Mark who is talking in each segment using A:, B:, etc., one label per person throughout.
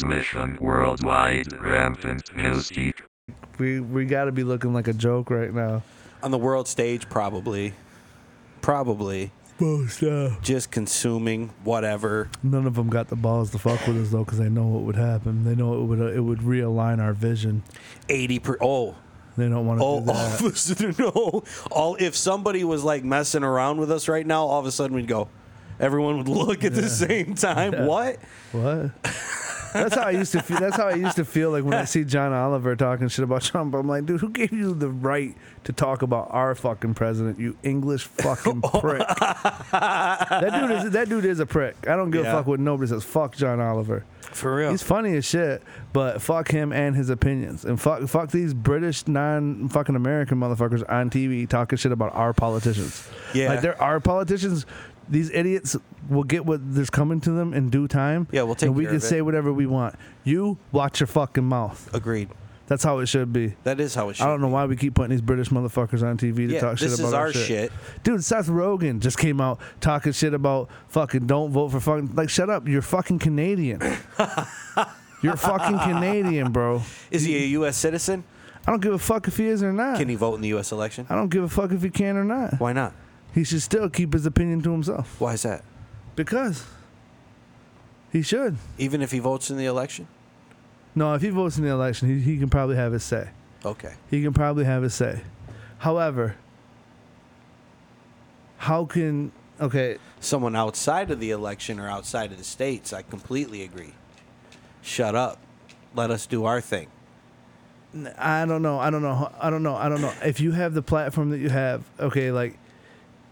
A: Transmission worldwide rampant mystique.
B: We we got to be looking like a joke right now.
C: on the world stage probably probably
B: Most uh,
C: just consuming whatever
B: none of them got the balls to fuck with us though, because they know what would happen. They know it would uh, it would realign our vision.
C: 80 per oh
B: They don't want to
C: oh
B: do
C: all
B: that.
C: of a sudden, no all if somebody was like messing around with us right now all of a sudden we'd go everyone would look at the same time what
B: What? That's how I used to feel. That's how I used to feel like when I see John Oliver talking shit about Trump. I'm like, dude, who gave you the right to talk about our fucking president? You English fucking prick. that dude is that dude is a prick. I don't give
C: Yeah.
B: a fuck what nobody says. Fuck John Oliver.
C: for real
B: He's funny as shit, but fuck him and his opinions, and fuck fuck these British non fucking American motherfuckers on TV talking shit about our politicians.
C: Yeah.
B: like there are politicians. These idiots will get what is coming to them in due time.
C: Yeah, we'll take
B: And we
C: care
B: can
C: of it.
B: say whatever we want. You watch your fucking mouth.
C: agreed
B: That's how it should be.
C: that is how it should
B: I don't know why we keep putting these British motherfuckers on TV to
C: Yeah,
B: talk shit
C: this
B: about
C: is our
B: shit.
C: shit.
B: Dude, Seth Rogen just came out talking shit about fucking don't vote for fucking like shut up. You're fucking Canadian. You're fucking Canadian, bro.
C: is he a U.S. citizen?
B: I don't give a fuck if he is or not.
C: Can he vote in the U.S. election?
B: I don't give a fuck if he can or not.
C: Why not?
B: He should still keep his opinion to himself
C: Why is that?
B: because he should.
C: Even if he votes in the election?
B: No, if he votes in the election, he, he can probably have his say.
C: Okay.
B: he can probably have his say. However, how can okay?
C: Someone outside of the election or outside of the states, I completely agree. Shut up. Let us do our thing.
B: I don't know. I don't know. I don't know. I don't know. If you have the platform that you have, okay, like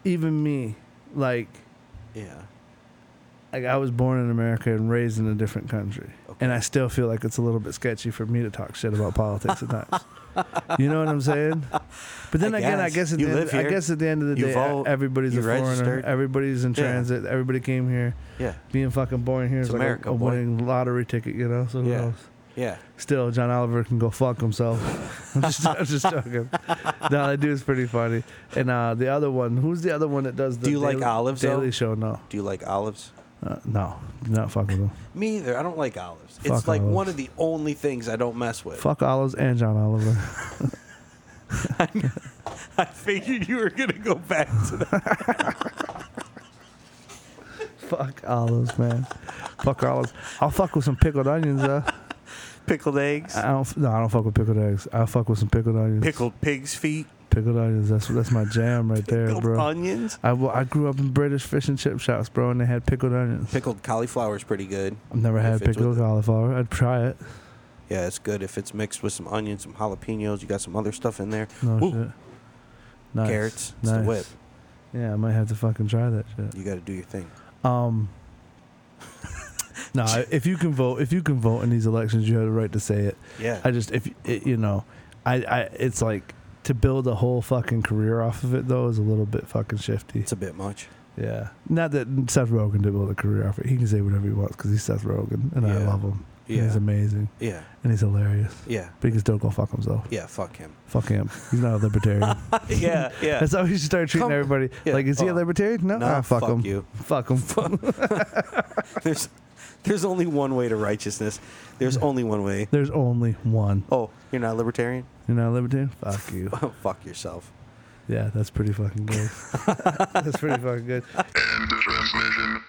B: even me, like
C: Yeah.
B: like I was born in America and raised in a different country, and I still feel like it's a little bit sketchy for me to talk shit about politics at times. You know what I'm saying? But then
C: I
B: again, I
C: guess.
B: guess at
C: You
B: the end,
C: live
B: I
C: here.
B: guess at the end of the
C: You
B: day, e,
C: vote.
B: everybody's
C: You
B: a foreigner.
C: registered.
B: Everybody's in
C: Yeah.
B: transit. Everybody came here.
C: Yeah.
B: being fucking born here is
C: It's
B: like
C: America,
B: a, a
C: boy.
B: winning lottery ticket, you know. So who
C: Yeah.
B: knows?
C: Yeah.
B: Still, John Oliver can go fuck himself. I'm just, I'm just joking. No, that dude's pretty funny. And uh, the other one, who's the other one that does the
C: Do you like
B: Daily-
C: olives, though?
B: Daily Show? No,
C: Do you like olives?
B: uh, no, not fuck with him.
C: Me either. I don't like olives. it's
B: Fuck
C: like one
B: olives.
C: of the only things I don't mess with.
B: fuck olives and John Oliver.
C: I figured you were going to go back to that.
B: fuck olives, man. Fuck olives. I'll fuck with some pickled onions though.
C: Pickled eggs,
B: I don't. f- No, I don't fuck with pickled eggs. I will fuck with some pickled onions.
C: pickled pig's feet,
B: Pickled onions. That's that's my jam right there,
C: pickled
B: bro.
C: onions.
B: I, wa- I grew up in British fish and chip shops, bro, and they had pickled onions.
C: Pickled cauliflower is pretty good.
B: I've never had
C: If it's
B: pickled
C: with-
B: cauliflower. I'd try it.
C: Yeah, it's good if it's mixed with some onions, some jalapenos. You got some other stuff in there.
B: No
C: Ooh,
B: shit. Nice.
C: Carrots. It's the whip.
B: Yeah, I might have to fucking try that shit.
C: You got to do your thing.
B: Um. no, I- if you can vote, if you can vote in these elections, you have the right to say it.
C: Yeah.
B: I just, if it, you know, I, I, it's like to build a whole fucking career off of it though is a little bit fucking shifty.
C: it's a bit much.
B: Yeah. Not that Seth Rogen did build a career off it. He can say whatever he wants because he's Seth Rogen, and I
C: Yeah.
B: love him. And
C: Yeah.
B: He's amazing,
C: Yeah.
B: and he's hilarious.
C: Yeah.
B: But he can still go fuck himself.
C: Yeah. Fuck him.
B: Fuck him. He's not a libertarian.
C: yeah. Yeah.
B: That's how we should start treating
C: Come-
B: everybody.
C: yeah,
B: Like, is he a
C: oh.
B: libertarian? No,
C: No,
B: Ah, fuck,
C: fuck
B: him.
C: you.
B: Fuck him.
C: there's, there's only one way to righteousness. There's only one way.
B: There's only one.
C: Oh, you're not a libertarian? Oh,
B: You're not a libertarian? Fuck you.
C: fuck yourself.
B: Yeah, that's pretty fucking good. that's pretty fucking good.
A: End of transmission.